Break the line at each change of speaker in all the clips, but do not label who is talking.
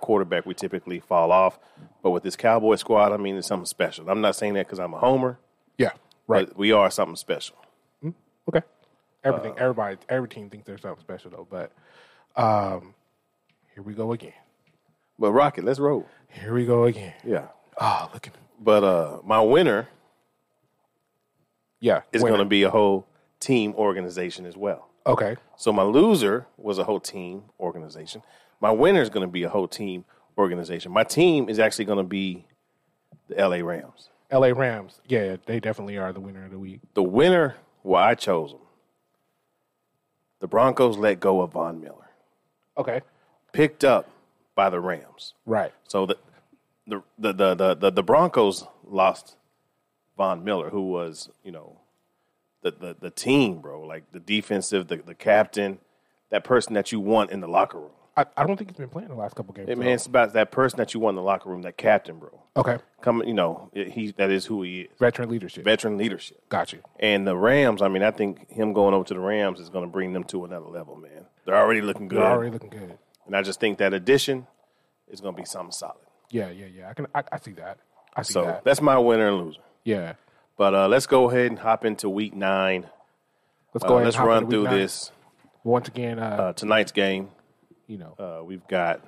quarterback, we typically fall off. But with this Cowboy squad, I mean, it's something special. I'm not saying that because I'm a homer,
Yeah. Right.
but we are something special.
Okay. Everything. everybody. Every team thinks there's something special though. But um, here we go again.
But Rocket, let's roll.
Here we go again.
Yeah.
Oh, look at him.
But uh, my winner
Yeah.
is
winner.
going to be a whole team organization as well.
okay.
So my loser was a whole team organization. My winner is going to be a whole team organization. My team is actually going to be the LA Rams.
L.A. Rams. Yeah, they definitely are the winner of the week.
The winner, well, I chose them. The Broncos let go of Von Miller,
Okay.
picked up by the Rams.
Right.
So the the the the the, the, the Broncos lost Von Miller, who was you know the, the the team, bro, like the defensive, the the captain, that person that you want in the locker room.
I, I don't think he's been playing the last couple games.
Hey,
though.
man, it's about that person that you want in the locker room, that captain, bro.
Okay.
Come, you know, he that is who he is.
Veteran leadership.
Veteran leadership.
Got you.
And the Rams, I mean, I think him going over to the Rams is going to bring them to another level, man. They're already looking good.
They're already looking good.
And I just think that addition is going to be something solid.
Yeah, yeah, yeah. I can. I, I see that. I see
So
that.
that's my winner and loser.
Yeah.
But uh, let's go ahead and hop into week nine.
Let's
Uh,
go ahead.
let's
and hop
run
into week
through
nine.
this.
once again. Uh,
Uh, tonight's game,
you know,
uh, we've got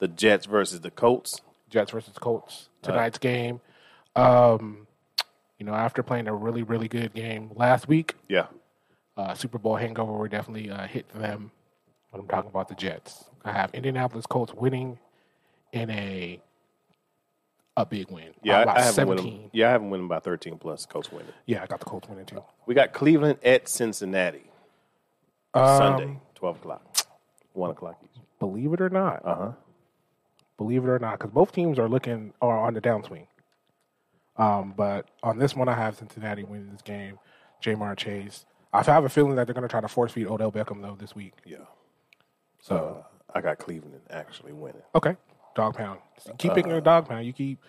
the Jets versus the Colts.
Jets versus Colts tonight's game. Um, you know, after playing a really, really good game last week,
Yeah.
uh, Super Bowl hangover were definitely uh, hit them. When I'm talking about the Jets, I have Indianapolis Colts winning in a a big win.
Yeah,
By
I, I haven't win
17.
them. Yeah, I haven't win them by 13 plus. Colts winning.
Yeah, I got the Colts winning too.
We got Cleveland at Cincinnati
Um,
Sunday, twelve o'clock, one o'clock. Each.
Believe it or not,
Uh huh.
believe it or not, because both teams are looking are on the downswing. Um, but on this one, I have Cincinnati winning this game. Jamar Chase. I have a feeling that they're going to try to force feed Odell Beckham though this week.
Yeah.
So
I got Cleveland actually winning.
okay, dog pound. Keep picking the dog pound. You keep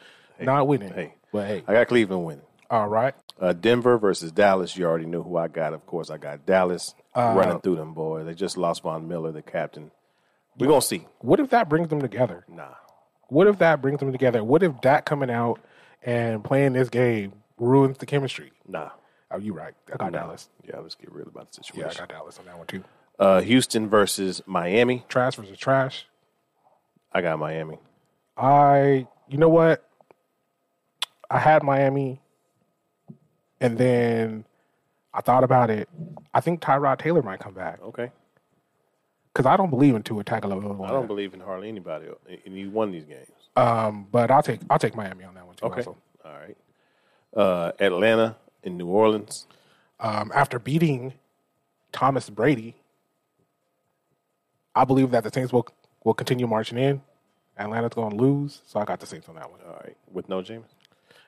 not winning.
hey.
but hey,
I got Cleveland winning.
all right.
Uh, Denver versus Dallas. You already knew who I got. Of course, I got Dallas
Uh,
running through them boys. They just lost Von Miller, the captain. We're gonna see.
What if that brings them together?
Nah.
What if that brings them together? What if that coming out and playing this game ruins the chemistry?
Nah.
Oh, you right. I got Dallas.
Yeah, let's get real about the
Yeah, I
situation.
got Dallas on that one too.
Uh, Houston versus Miami.
Trash versus trash.
I got Miami.
I, you know what? I had Miami, and then I thought about it. I think Tyrod Taylor might come back
Okay.
because I don't believe in Tua Tagovailoa.
I don't believe in hardly anybody in either one of these games.
Um, but I'll take I'll take Miami on that one too. Also.
All right. Uh, Atlanta in New Orleans.
Um, after beating Thomas Brady, I believe that the Saints will will continue marching in. Atlanta's going to lose, so I got the Saints on that one.
All right. With no Jameis.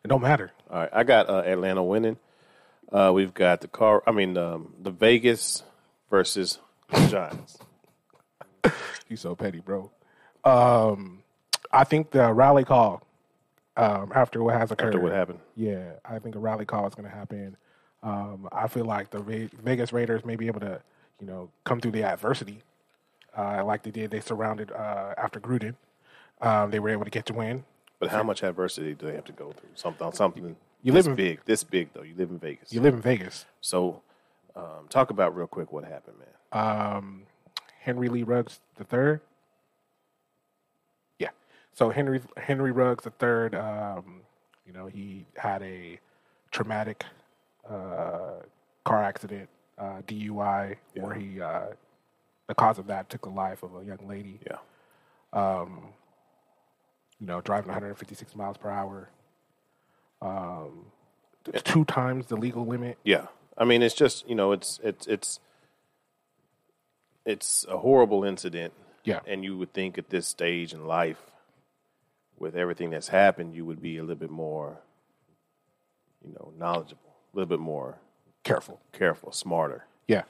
It don't matter.
All right. I got uh, Atlanta winning. Uh, we've got the car. I mean, um, the Vegas versus Giants.
You so petty, bro. Um, I think the rally call um, after what has occurred.
After what happened.
Yeah, I think a rally call is going to happen. Um, I feel like the Ve- Vegas Raiders may be able to, you know, come through the adversity, uh, like they did. They surrounded uh, after Gruden. Um, they were able to get the win.
But how much adversity do they have to go through? Something, something. this
You live in-
big. This big though. You live in Vegas.
You live in Vegas.
so, um, talk about real quick what happened, man.
um, Henry Lee Ruggs the third. Yeah, so Henry Henry Ruggs the third. Um, you know, he had a traumatic uh, car accident, uh, DUI, where he uh, the cause of that took the life of a young lady.
Yeah.
You know, driving 156 miles per hour. Um, t- two times the legal limit.
Yeah. I mean, it's just you know, it's it's it's it's a horrible incident.
Yeah.
And you would think at this stage in life, with everything that's happened, you would be a little bit more, you know, knowledgeable, a little bit more
Careful.
careful, smarter.
Yeah.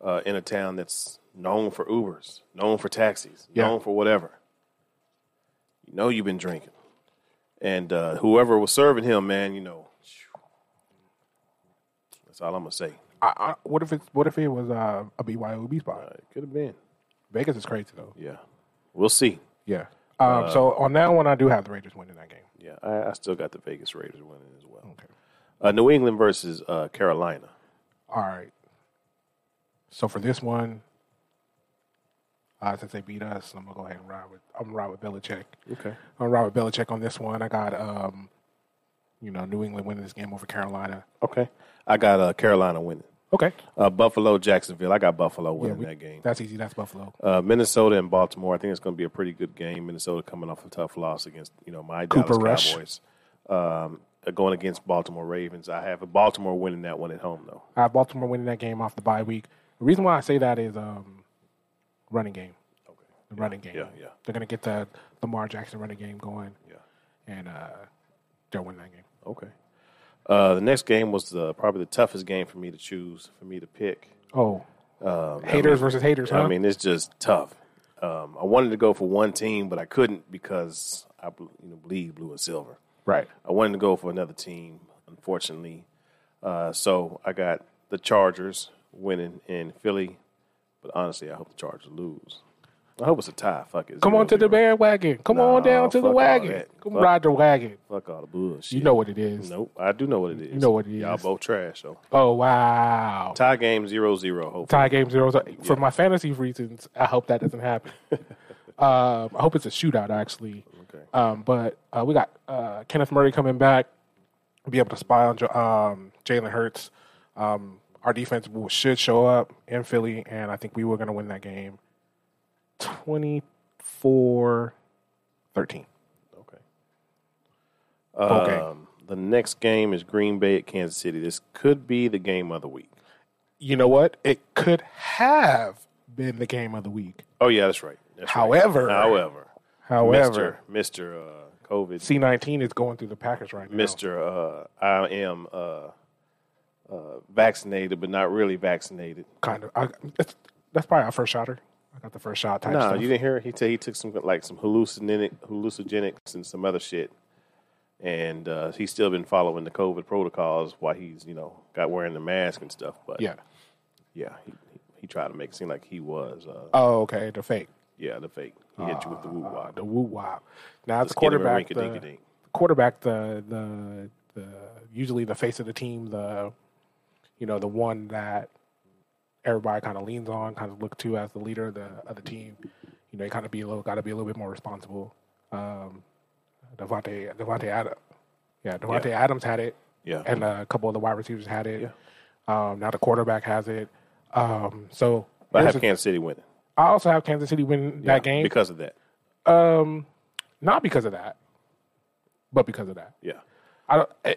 Uh, in a town that's known for Ubers, known for taxis,
Yeah.
known for whatever. You know you've been drinking, and uh, whoever was serving him, man, you know. That's all I'm gonna say.
I, I, what if it's what if it was uh, a BYOB spot?
It could have been.
Vegas is crazy though.
Yeah. We'll see.
Yeah. Um, so
Uh,
on that one, I do have the Raiders winning that game.
Yeah, I, I still got the Vegas Raiders winning as well. Uh, New England versus uh, Carolina.
All right. So for this one, uh, since they beat us, I'm gonna go ahead and ride with I'm gonna ride with Belichick.
Okay.
I'm gonna ride with Belichick on this one. I got um, you know, New England winning this game over Carolina.
Okay. I got uh, Carolina winning.
Okay,
Uh, Buffalo, Jacksonville. I got Buffalo winning that game.
that's easy. That's Buffalo.
Uh, Minnesota and Baltimore. I think it's going to be a pretty good game. Minnesota coming off a tough loss against you know my
Cooper
Dallas
Rush.
Cowboys. Um, going against Baltimore Ravens. I have Baltimore winning that one at home though.
I have Baltimore winning that game off the bye week. The reason why I say that is um, running game. Okay. The running game.
yeah, yeah.
They're gonna get the Lamar Jackson running game going,
Yeah.
and uh, they'll win that game.
Okay. Uh, the next game was the, probably the toughest game for me to choose for me to pick.
Oh,
Um,
haters versus haters, huh?
I mean, it's just tough. Um, I wanted to go for one team, but I couldn't because I bl- you know bleed blue and silver.
right.
I wanted to go for another team, unfortunately. Uh, so I got the Chargers winning in Philly, but honestly, I hope the Chargers lose. I hope it's a tie. Fuck it.
Come on to the bandwagon. Come on down to
fuck
the
all
wagon.
that.
Come
Fuck.
ride the wagon.
Fuck all the bullshit.
You know what it is.
Nope. I do know what it is.
know what it
Y'all
is.
both trash though.
Oh wow.
Tie game 0-0, hopefully.
Tie game zero. For my fantasy reasons, I hope that doesn't happen. um, I hope it's a shootout actually.
Okay.
Um, but uh, we got uh, Kenneth Murray coming back, be able to spy on Jo- um, Jalen Hurts. Um, our defense will, should show up in Philly, and I think we were going to win that game 24 13.
Okay.
Okay.
Um, the next game is Green Bay at Kansas City. This could be the game of the week.
You know what? It could have been the game of the week.
Oh yeah, that's right. That's right.
However,
However,
however,
Mister Mister uh, COVID,
C19 is going through the package right now.
Mister uh, I am uh, uh, vaccinated but not really vaccinated.
Kind of. I, that's, that's probably our first shotter. I got the first shot type
No,
stuff.
you didn't hear. He said he took some like some hallucinogenic hallucinogenics and some other shit, and uh, he's still been following the COVID protocols while he's you know got wearing the mask and stuff. But
yeah.
yeah, he, he- he tried to make it seem like he was. Uh,
Oh, okay. The fake.
Yeah, the fake. He hit you with the woo wop.
the woo wop. Now it's
skinny
quarterback. The,
rinky-dink-a-dink.
quarterback, the the the usually the face of the team, the you know the one that everybody kind of leans on, kind of look to as the leader of the of the team. You know, you kind of be a little, got to be a little bit more responsible. Um, Devontae Devontae Adams, yeah, Devontae Adams had it,
Yeah.
and a couple of the wide receivers had it. Um, now the quarterback has it. Um, so
But I
here's
have Kansas City winning
the- I also have Kansas City win that game
because of that.
um, not because of that, but because of that.
Yeah,
I don't. I-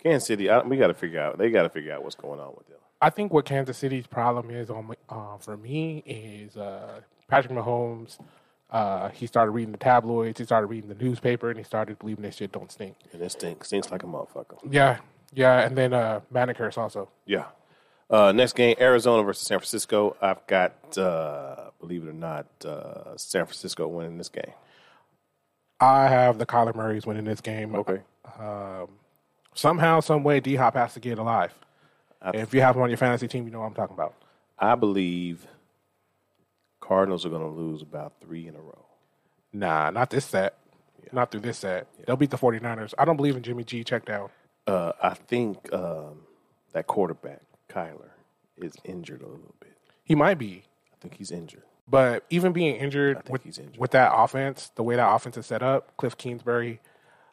Kansas City. I, we got to figure out. They got to figure out what's going on with them.
I think what Kansas City's problem is on my- uh, for me is uh, Patrick Mahomes. Uh, he started reading the tabloids. He started reading the newspaper, and he started believing this shit don't stink.
And it stinks. Stinks like a motherfucker.
Yeah, yeah. And then uh, Matt Curse also.
Yeah. Uh, next game: Arizona versus San Francisco. I've got, uh, believe it or not, uh, San Francisco winning this game.
I have the Kyler Murray's winning this game. Somehow, some way, D Hop has to get alive. if you have him on your fantasy team, you know what I'm talking about.
I believe Cardinals are going to lose about three in a row.
Nah, not this set. Not through this set. They'll beat the 49ers. I don't believe in Jimmy G check down.
Uh, I think um, that quarterback Kyler is injured a little bit.
He might be.
I think he's injured.
But even being injured with,
he's injured.
with that offense, the way that offense is set up, Cliff Kingsbury,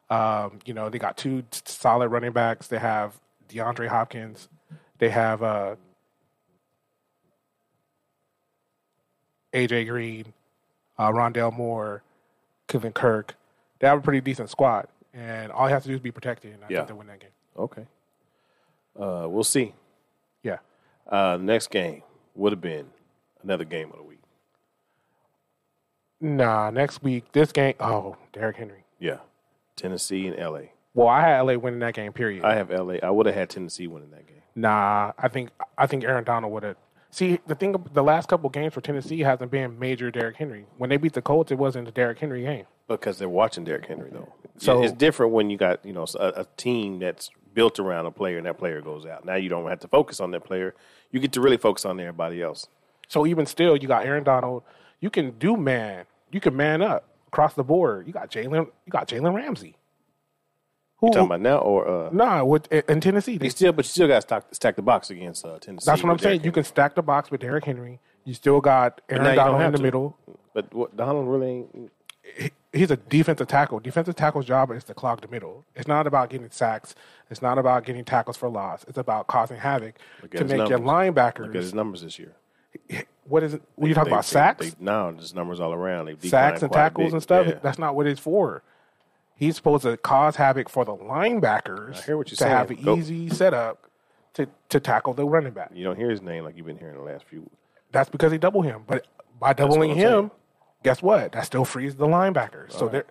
um, you know, they got two t- solid running backs. They have DeAndre Hopkins. They have uh, AJ Green, uh, Rondell Moore, Kevin Kirk. They have a pretty decent squad. And all you have to do is be protected. And I
Yeah.
think they'll win that game.
Okay. Uh, we'll see.
Yeah.
Uh, next game would have been another game of the week.
Nah, next week, this game. Oh, Derrick Henry.
Yeah. Tennessee and LA.
Well, I had LA winning that game. Period.
I have LA. I would have had Tennessee winning that game.
nah, I think I think Aaron Donald would have. See, the thing, the last couple games for Tennessee hasn't been major Derrick Henry. When they beat the Colts, it wasn't a Derrick Henry game.
Because they're watching Derrick Henry though. So
So-
it's different when you got, you know, a, a team that's built around a player and that player goes out. Now you don't have to focus on that player. You get to really focus on everybody else.
So even still, you got Aaron Donald. You can do man. You can man up. across the board. You got Jalen. You got Jalen Ramsey. Who?
You talking about now or uh,
Nah, with in in Tennessee, they
you still? But you still got to stack, stack the box against uh, Tennessee.
That's what I'm
with Derrick
saying. You can stack the box with Derrick Henry. You still got
now
Aaron
you don't
Donald in
have
the
to.
middle.
Henry. But what, Donald really ain't.
He- He's a defensive tackle. Defensive tackle's job is to clog the middle. It's not about getting sacks. It's not about getting tackles for loss. It's about causing havoc
at
to
his
make your linebackers.
Look at his numbers this year.
what is it? When you talk
They-
about
they-
sacks,
They, no, just numbers all around. They
sacks
declined
and
quite a
tackles
bit.
and stuff,
Yeah.
that's not what it's for. He's supposed to cause havoc for the linebackers
I hear what you're
to have an
saying. Go-
easy setup to, to tackle the running back.
You don't hear his name like you've been hearing the last few.
That's because he double him. But by doubling
I'm
him,
saying.
guess what? That still frees the linebackers. so they're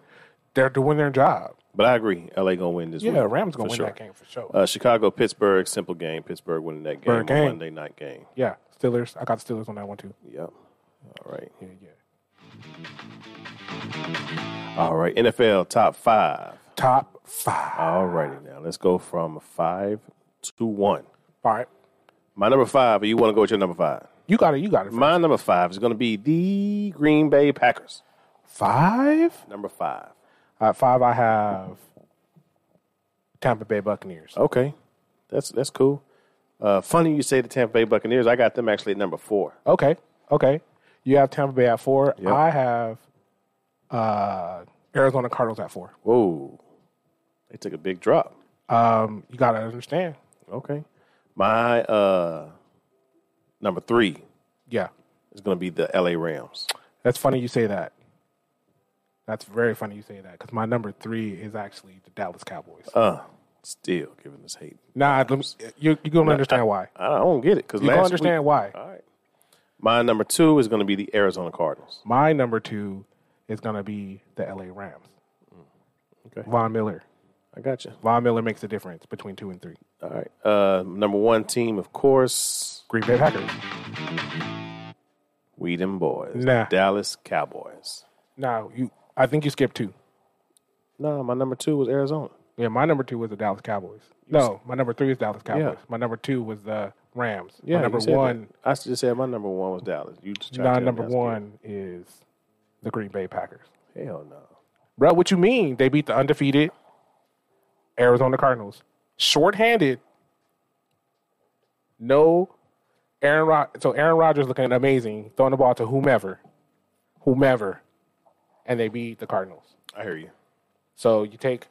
they're doing their job.
But I agree, LA gonna win this.
Yeah,
week,
Rams
for
gonna win
sure.
that game for sure.
Uh, Chicago, Pittsburgh, simple game. Pittsburgh winning that game,
Bird game.
On Monday night game.
yeah, Steelers. I got the Steelers on that one too.
Yep. All right.
Yeah, yeah.
All right. NFL top five.
Top five.
All righty now. Let's go from five to one.
All right,
My number five, or you want to go with your number five?
you got it. You got it.
My number five is going to be the Green Bay Packers.
Five.
Number five.
At five, I have Tampa Bay Buccaneers.
Okay. That's that's cool. Uh, funny you say the Tampa Bay Buccaneers. I got them actually at number four.
Okay, okay. You have Tampa Bay at four.
Yep.
I have uh, Arizona Cardinals at four.
Whoa. They took a big drop.
Um, you got to understand.
Okay. My uh, number three
Yeah,
is going to be the LA Rams.
That's funny you say that. That's very funny you say that because my number three is actually the Dallas Cowboys.
Uh, still giving us hate.
nah, let me- you you gonna understand why.
I don't get it because
You
last
gonna understand
week-
why.
All right. My number two is going to be the Arizona Cardinals.
My number two is gonna be the LA Rams.
Mm. Okay.
Von Miller.
I got you.
Von Miller makes a difference between two and three.
All right. Uh, number one team, of course,
Green Bay Packers.
we them boys,
Nah.
Dallas Cowboys.
Now you, I think you skipped two.
No, my number two was Arizona.
Yeah, my number two was the Dallas Cowboys. No, my number three is Dallas Cowboys. My number two was the Rams.
Yeah,
my number
you said
one,
that. I just said my number one was Dallas. You just tried to
not
tell me
number
I skipped.
one is the Green Bay Packers.
Hell no.
Bro, what you mean? They beat the undefeated Arizona Cardinals. Shorthanded. No Aaron Rod- so Aaron Rodgers looking amazing, throwing the ball to whomever. Whomever. And they beat the Cardinals.
I hear you.
So you take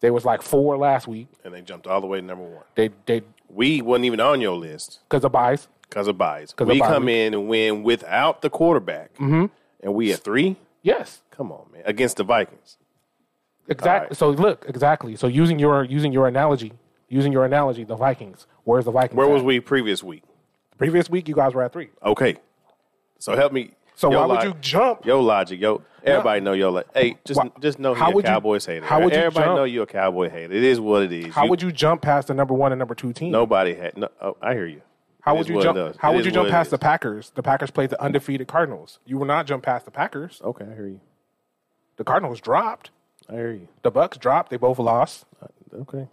they was like four last week.
And they jumped all the way to number one.
They they
We wasn't even on your list
cause of bias.
because of bias.
of
We
bias.
come in and win without the quarterback, mm-hmm. and we at three.
Yes.
Come on, man, against the Vikings.
Exactly. So look, exactly. So using your using your analogy, using your analogy, the Vikings. Where's the Vikings?
Where was
at?
we previous week?
previous week you guys were at three.
Okay, so help me.
So
Your
why would
log-
you jump?
Yo, logic, yo, everybody know yo. Like, hey, just
Why-
just know
how
you're a
would you-
Cowboys hater.
how would you
everybody
jump?
know you're a Cowboy hater? It is what it is.
How would you jump past the number one and number two team?
Nobody had. No, oh, I hear you.
How
It
would
is
you
what it
jump?
does.
How
It
would
is
you jump
what it
past the
is.
Packers? The Packers played the undefeated Cardinals. You will not jump past the Packers.
Okay, I hear you.
The Cardinals dropped.
I hear you.
The Bucks dropped. They both lost.
Okay.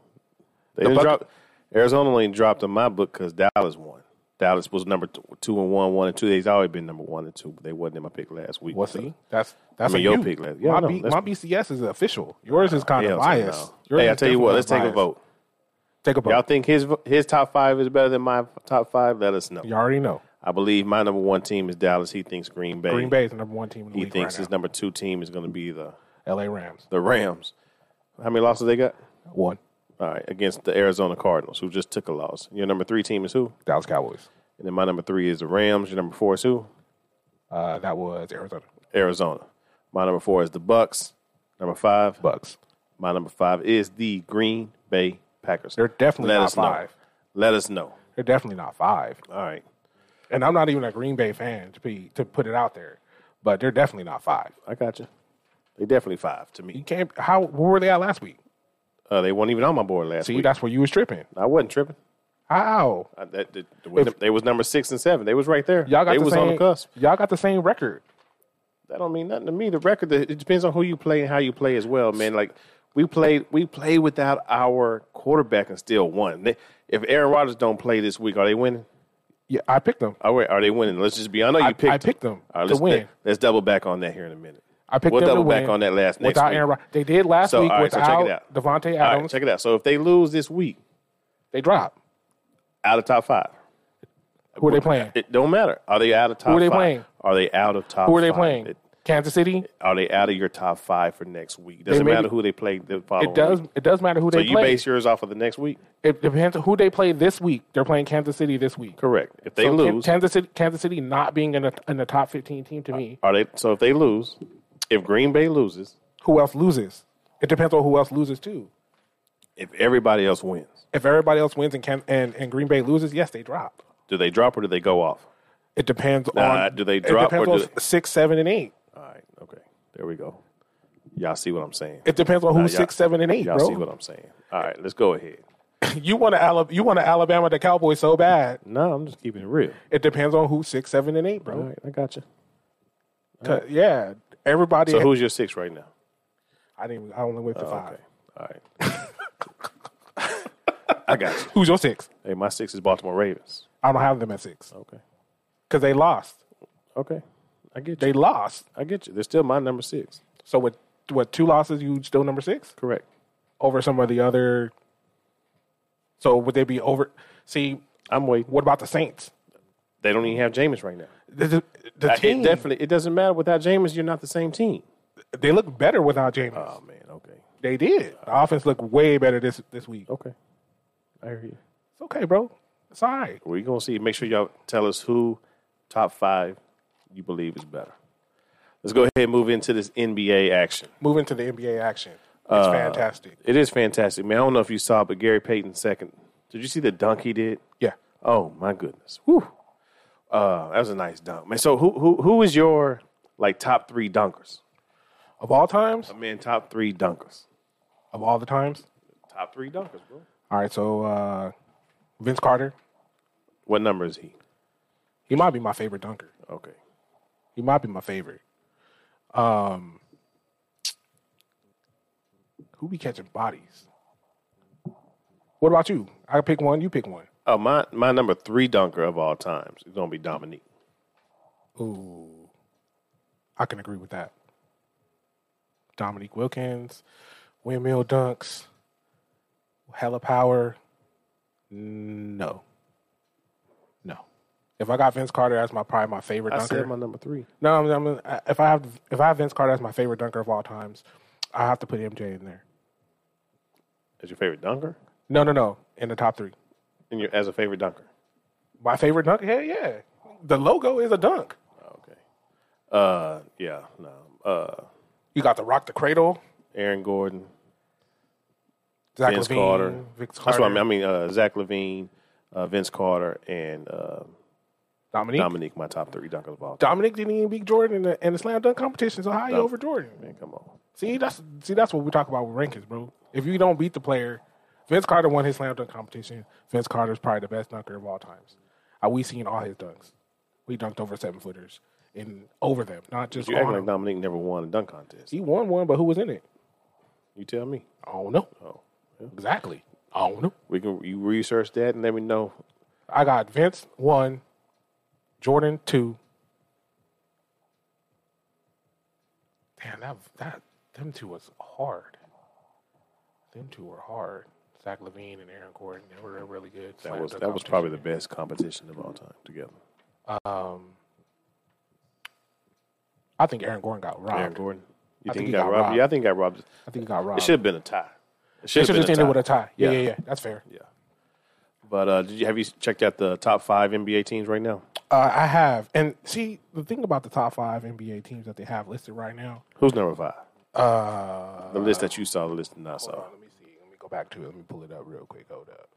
They didn't
Buc-
drop, Arizona only dropped in my book because Dallas won. Dallas was number t- two and one, one and two. They's always been number one and two, but they wasn't in my pick last week.
Well,
So,
see, that's that's
I mean,
a
your
you.
pick last- yeah,
my,
I know.
B-
That's-
my BCS is official. Yours is kind
hell
of
to
biased.
no.
Yours
Hey, I
is
tell you what,
definitely
let's take a
biased.
vote.
Take a vote.
Y'all
Y'all
think his his top five is better than my top five? Let us know.
you already know.
I believe my number one team is Dallas. He thinks Green Bay.
Green Bay is the number one team in the
He
league
thinks
right
his number two team is going to be the
now. LA Rams
the Rams. How many losses they got?
one.
All right, against the Arizona Cardinals, who just took a loss. Your number three team is who?
Dallas Cowboys.
And then my number three is the Rams. Your number four is who?
Uh, that was Arizona
Arizona. My number four is the Bucks. Number five.
Bucks.
My number five is the Green Bay Packers.
They're definitely
Let
not
us
five.
know. Let us know.
They're definitely not five.
All right,
and I'm not even a Green Bay fan to be to put it out there, but they're definitely not five.
I got you. They definitely five to
You
me.
can't. How where were they at last week?
Uh, they weren't even on my board last
See,
week.
that's where you was tripping.
I wasn't tripping.
How
I, that, that- they was number six and seven. They was right there.
y'all got
they
the
was
same?
on the cusp.
Y'all got the same record.
That don't mean nothing to me. The record. The, it depends on who you play and how you play as well, man. Like we played, we played without our quarterback and still won. They, if Aaron Rodgers don't play this week, are they winning?
Yeah, I picked them.
All right, are they winning? Let's just be. I know you
I-
picked.
I picked them
All right,
to
let's,
win.
Let, us double back on that here in a minute.
I picked
We'll
them to
double back
win
on that last next
without
week.
Aaron. Rod- They did last
So,
week
all right, so check
without
it out.
Devontae
All
Adams.
right, check it out. So if they lose this week,
they dropped.
out of top five.
Who are they playing?
It don't matter. Are they out of top?
are they
five?
playing?
Are they out of top?
Who are they
five?
playing?
It-
Kansas City.
are they out of your top five for next week? Doesn't
may be-
matter who they play the following.
It does.
Week.
It does matter who
So
they
you
play.
base yours off of the next week.
it depends on who they play this week. They're playing Kansas City this week.
Correct. If they
So Kan-
lose, Uh,
Kansas City, Kansas City not being in the, in the top fifteen team to me.
are they? So if they lose, if Green Bay loses,
Who else loses? It depends on who else loses too.
if everybody else wins,
If everybody else wins and can, and, and Green Bay loses, yes, they drop.
do they drop or do they go off?
It depends
Nah,
on
do they drop
It depends
or
on
do they-
six, seven, and eight.
All right. Okay. There we go. Y'all see what I'm saying?
It depends on
Nah,
who's
y'all-
six, seven, and eight,
Y'all
bro.
see what I'm saying? All right. Let's go ahead.
you want to Alabama, you want to Alabama the Cowboys so bad.
No, I'm just keeping it real.
It depends on who's six, seven, and eight,
All
bro.
right. I got you.
'Cause- Yeah, everybody.
So who's your six right now?
I didn't. I only went to five.
Okay. All right. I got you.
Who's your six?
Hey, my six is Baltimore Ravens.
I don't have them at six
Okay.
because they lost.
Okay. I get you.
They lost.
I get you. They're still my number six.
So with what two losses, you still number six
Correct.
over some of the other. So would they be over? See,
I'm waiting.
what about the Saints?
They don't even have Jameis right now.
The, the- the
Uh,
team
It definitely it doesn't matter without Jameis, you're not the same team.
they look better without James.
Oh man, okay.
they did. The offense looked way better this this week.
Okay. I hear you.
It's okay, bro. It's all right.
We're gonna see. Make sure y'all tell us who top five you believe is better. Let's go ahead and move into this NBA action.
Moving to the NBA action. It's fantastic.
It is fantastic, man. I don't know if you saw, but Gary Payton second. Did you see the dunk he did?
Yeah.
Oh my goodness. Whew. Uh, that was a nice dunk, man. So who who who is your like top three dunkers?
Of all times,
I mean, top three dunkers.
of all the times.
Top three dunkers, bro.
All right, so uh, Vince Carter,
What number is he?
he might be my favorite dunker.
Okay.
He might be my favorite. Um, who be catching bodies? What about you? I pick one. You pick one.
Oh, my my number three dunker of all times is gonna be Dominique.
Ooh, I can agree with that. Dominique Wilkins, windmill dunks, hella power. No, no. If I got Vince Carter as my probably my favorite
I
dunker,
said my number three.
No, I'm, I'm, I- if I have if I have Vince Carter as my favorite dunker of all times, I have to put MJ in there.
As your favorite dunker?
No, no, no, in the top three.
And your as a favorite dunker.
My favorite dunk, hell yeah, the logo is a dunk.
Oh, Okay. Uh yeah, no. Uh
You got the rock the cradle,
Aaron Gordon.
Zach
Vince
LaVine,
Carter.
Vince Carter,
That's what I mean. I mean uh, Zach Levine, uh, Vince Carter, and uh,
Dominique. Dominique.
Dominique, my top three dunkers of all time.
didn't even beat Jordan in the, in the slam dunk competition, so how you over Jordan?
Man, come on.
See, that's see that's what we talk about with rankings, bro. If you don't beat the player, Vince Carter won his slam dunk competition. Vince Carter's probably the best dunker of all times. Uh, we seen all his dunks. We dunked over seven footers and over them, not just
You
on
acting
them.
like Dominique never won a dunk contest.
He won one, but who was in it?
You tell me.
I don't know.
Oh,
Exactly. I don't know.
we can you research that and let me know.
I got Vince one, Jordan two. Damn, that that them two was hard. Them two were hard. Zach Levine and Aaron Gordon, they were really good.
That was that was probably the best competition of all time together.
I think Aaron Gordon got robbed.
Aaron Gordon. You
I
think, he got, robbed? Yeah, I think he got robbed.
I think he got
It
robbed.
should have been a tie. It should
They
have
should
been
just
a
ended
tie.
with a tie. Yeah,
Yeah.
yeah, yeah. That's fair.
yeah. But uh, did you have you checked out the top five NBA teams right now?
Uh, I have, and see the thing about the top five NBA teams that they have listed right now.
Who's number five?
Uh,
The list that you saw, the list that I saw.
Hold on, uh, let me see. Let me go back to it. Let me pull it up real quick. Hold up.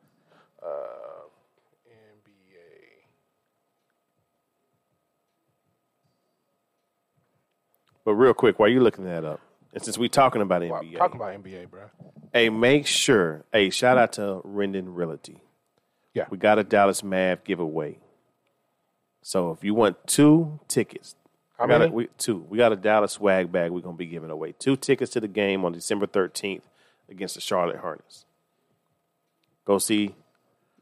Uh, NBA.
But real quick, while you looking that up, and since we're talking about
Wow,
NBA,
Talking about NBA, bro.
hey, make sure, hey, shout out to Rendon Realty.
Yeah.
we got a Dallas Mav giveaway. So if you want two tickets,
How
we got a,
many?
we, two. We got a Dallas swag bag. We're gonna be giving away two tickets to the game on December thirteenth against the Charlotte Hornets. Go see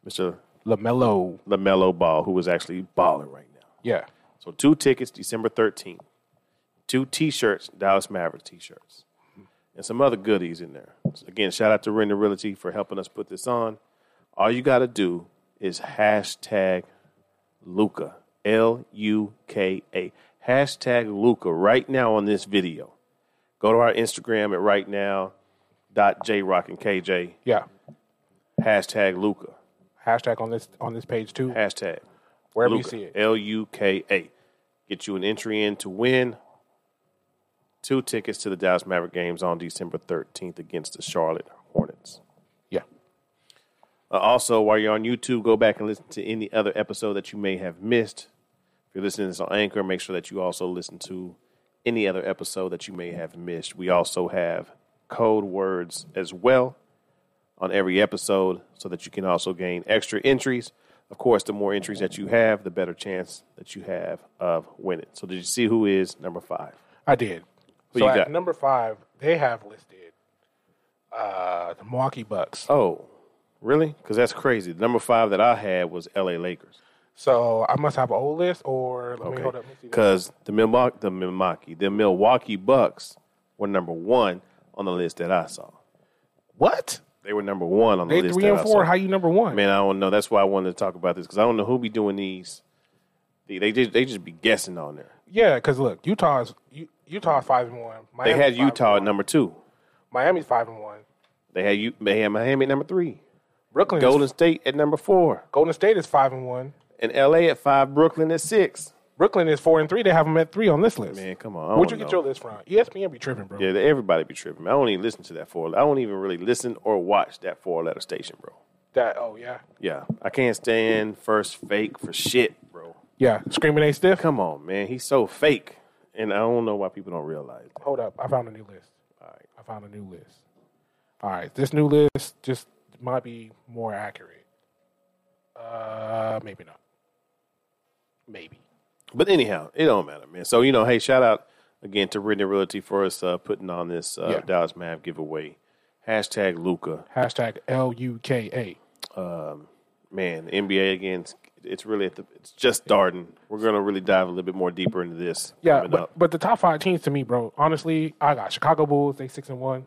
Mr.
Lamelo.
Lamelo Ball, who is actually balling right now.
Yeah.
So two tickets, December thirteenth. two T-shirts, Dallas Mavericks T-shirts, and some other goodies in there. So again, shout out to Render Realty for helping us put this on. All you got to do is hashtag Luca L U K A hashtag Luca right now on this video. Go to our Instagram at right now dot J Rock and KJ
Yeah.
hashtag Luca
Hashtag on this on this page too.
hashtag
Wherever
Luka,
you see it.
L U K A. Get you an entry in to win two tickets to the Dallas Maverick games on December 13th against the Charlotte Hornets.
Yeah.
Uh, also, while you're on YouTube, go back and listen to any other episode that you may have missed. If you're listening to this on Anchor, make sure that you also listen to any other episode that you may have missed. We also have code words as well on every episode so that you can also gain extra entries. Of course, the more entries that you have, the better chance that you have of winning. So, did you see who is number five?
I did.
Who
so
you
at
got?
number five, they have listed uh, the Milwaukee Bucks.
Oh, really? Because that's crazy. The number five that I had was LA Lakers.
So I must have an old list, or let me hold up. Let me see that.
Because the Milwaukee, the Milwaukee, the Milwaukee Bucks were number one on the list that I saw.
What?
They were number one on the
They
list.
three
that
and
I
four.
saw.
How you number one?
Man, I don't know. That's why I wanted to talk about this because I don't know who be doing these. They they just, they just be guessing on there.
Yeah, because look, Utah's U- Utah's five and one.
They
Miami's
had
five
Utah at
And one.
number two.
Miami's five and one.
They had you. They had Miami at number three.
Brooklyn. is-
Golden State at number four,
Golden State is five and one.
and L.A. at five. Brooklyn at six.
Brooklyn is four and three. They have them at three on this list.
Man, come on. I
Where'd you
don't
get
know.
your list from? E ESPN be tripping, bro.
Yeah, everybody be tripping. I don't even listen to that four. I don't even really listen or watch that four letter station, bro.
That oh yeah,
Yeah, I can't stand first fake for shit, bro.
yeah. Screaming A stiff.
Come on, man. He's so fake, and I don't know why people don't realize. That.
Hold up, I found a new list. All right, I found a new list. All right, this new list just might be more accurate. Uh, maybe not. Maybe.
But anyhow, it don't matter, man. So you know, hey, shout out again to Ridden Realty for us uh, putting on this uh,
Yeah.
Dallas Mav giveaway. Hashtag Luca,
Hashtag L U K A.
man. NBA again. it's- It's really at the, it's just starting. We're gonna really dive a little bit more deeper into this.
Yeah,
coming up.
but, but the top five teams to me, bro. Honestly, I got Chicago Bulls. They six and one,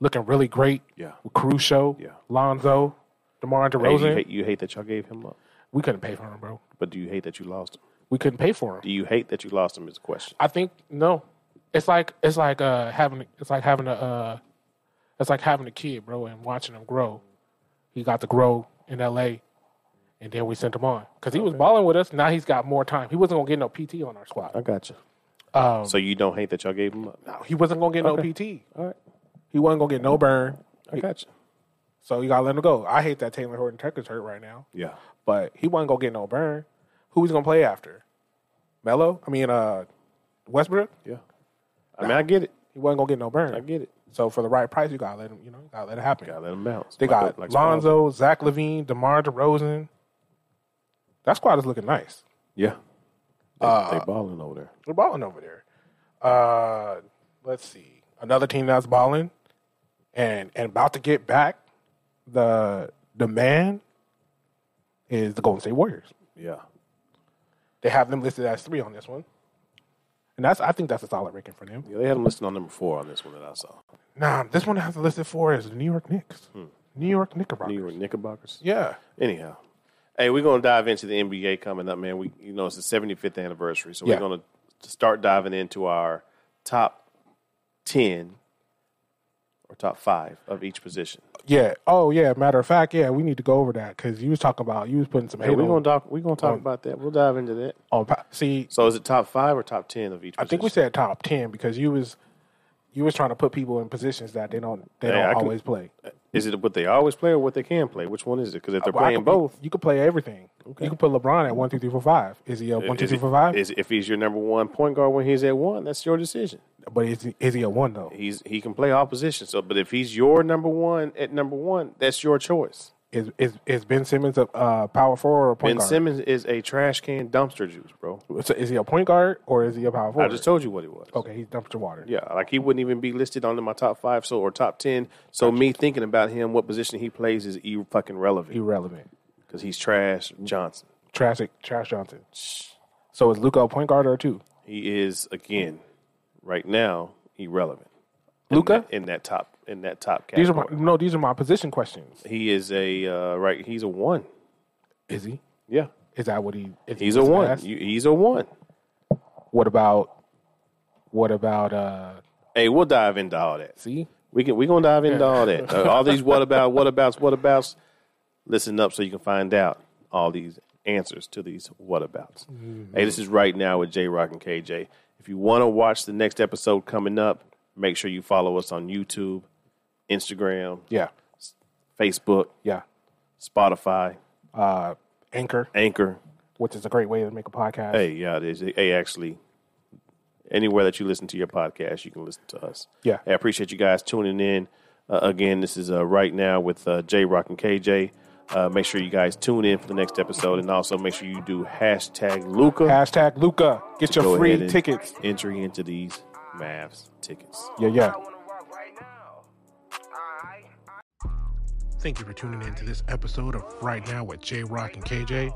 looking really great.
Yeah.
with Caruso.
Yeah.
Lonzo, DeMar
Hey, you,
DeRozan.
hate, you hate that y'all gave him up,
we couldn't pay for him, bro.
but do you hate that you lost him?
We couldn't pay for him.
Do you hate that you lost him? Is the question.
I think no. It's like it's like uh having it's like having a uh it's like having a kid, bro, and watching him grow. He got to grow in L.A. and then we sent him on because he was balling with us. Now he's got more time. He wasn't gonna get no PT on our squad.
I got you. so you don't hate that y'all gave him up?
He wasn't gonna get no PT.
All right.
He wasn't gonna get no burn.
I got you.
So you gotta let him go. I hate that Taylor Horton Tucker's hurt right now,
Yeah.
but he wasn't gonna get no burn. Who he's gonna play after? Mello? I mean, uh, Westbrook.
Yeah. I mean, I get it.
He wasn't gonna get no burn.
I get it.
So for the right price, you gotta let him. You know, you gotta let it happen.
Gotta let him bounce.
They
Like
got
a- like Spalding.
Lonzo, Zach Levine, DeMar DeRozan. That squad is looking nice.
Yeah. They,
Uh,
they balling over there.
They're balling over there. Uh, let's see. Another team that's balling and, and about to get back the the man is the Golden State Warriors.
Yeah.
They have them listed as three on this one. And that's I think that's a solid ranking for them.
Yeah. They had him listed on number four on this one that I saw.
Nah, this one I have listed for is the New York Knicks. New York Knickerbockers.
Hmm. New York Knickerbockers.
Yeah.
Anyhow, hey, we're gonna dive into the NBA coming up, man. We you know it's the 75th anniversary, so
Yeah.
we're gonna start diving into our top ten or top five of each position.
Yeah. Oh, yeah. Matter of fact, yeah, we need to go over that because you was talking about you was putting some hate
Hey, we're
on.
gonna talk. We're gonna talk
um,
about that. We'll dive into that.
on pa- see,
So is it top five or top ten of each?
I think we said top ten because you was you was trying to put people in positions that they don't they
I
don't
can-
always play.
Is it what they always play or what they can play? Which one is it? Because if they're
Uh, Well, I
playing
could be-
both,
You could play everything. You could put LeBron at one, two, three, four, five. Is he a one, two,
is
three,
it-
four, five?
is- if he's your number one point guard when he's at one, that's your decision.
But is he, is he a one though?
He's he can play all positions. So, but if he's your number one at number one, that's your choice.
Is is is Ben Simmons a uh, power forward or a point
Ben
guard?
Simmons is a trash can dumpster juice, bro.
So is he a point guard or is he a power
I
forward?
just told you what he was.
okay, he's dumped your water.
Yeah, like he wouldn't even be listed on my top five, so or top ten. So me thinking about him, what position he plays is e fucking relevant
Irrelevant.
because he's trash
Mm-hmm.
Johnson.
Trash, Trash Johnson. So is Luca a point guard or a two?
He is again right now irrelevant.
Luca?
in, that top in that top
These are
category.
my, no, these are my position questions.
he is a uh, right. He's a one.
Is he?
Yeah,
Is that what he? Is he
he's a
was
one.
asked?
You, he's a one.
What about? What about? uh
Hey, we'll dive into all that.
See,
We can we gonna dive into all that. Uh, all these what about what abouts what abouts. Listen up so you can find out all these answers to these what abouts. Hey, this is right now with J Rock and KJ. If you want to watch the next episode coming up, make sure you follow us on YouTube, Instagram,
yeah,
Facebook,
yeah.
Spotify,
Uh Anchor,
Anchor.
which is a great way to make a podcast.
Hey, yeah, it is. Hey, actually, anywhere that you listen to your podcast, you can listen to us.
Yeah.
Hey, I appreciate you guys tuning in. Uh, again, this is uh, right now with uh, J Rock and KJ. Uh, make sure you guys tune in for the next episode, and also make sure you do hashtag Luca.
Hashtag Luca, get your free
and
tickets.
Entry into these Mavs tickets.
Yeah, yeah.
I wanna rock right now. Alright.
Thank you for tuning in to this episode of Right Now with J Rock and KJ.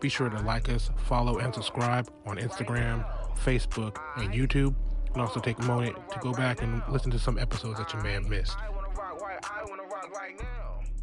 Be sure to like us, follow, and subscribe on Instagram, Facebook, and YouTube. And also take a moment to go back and listen to some episodes that you may have missed.
I wanna rock right. I wanna rock right now.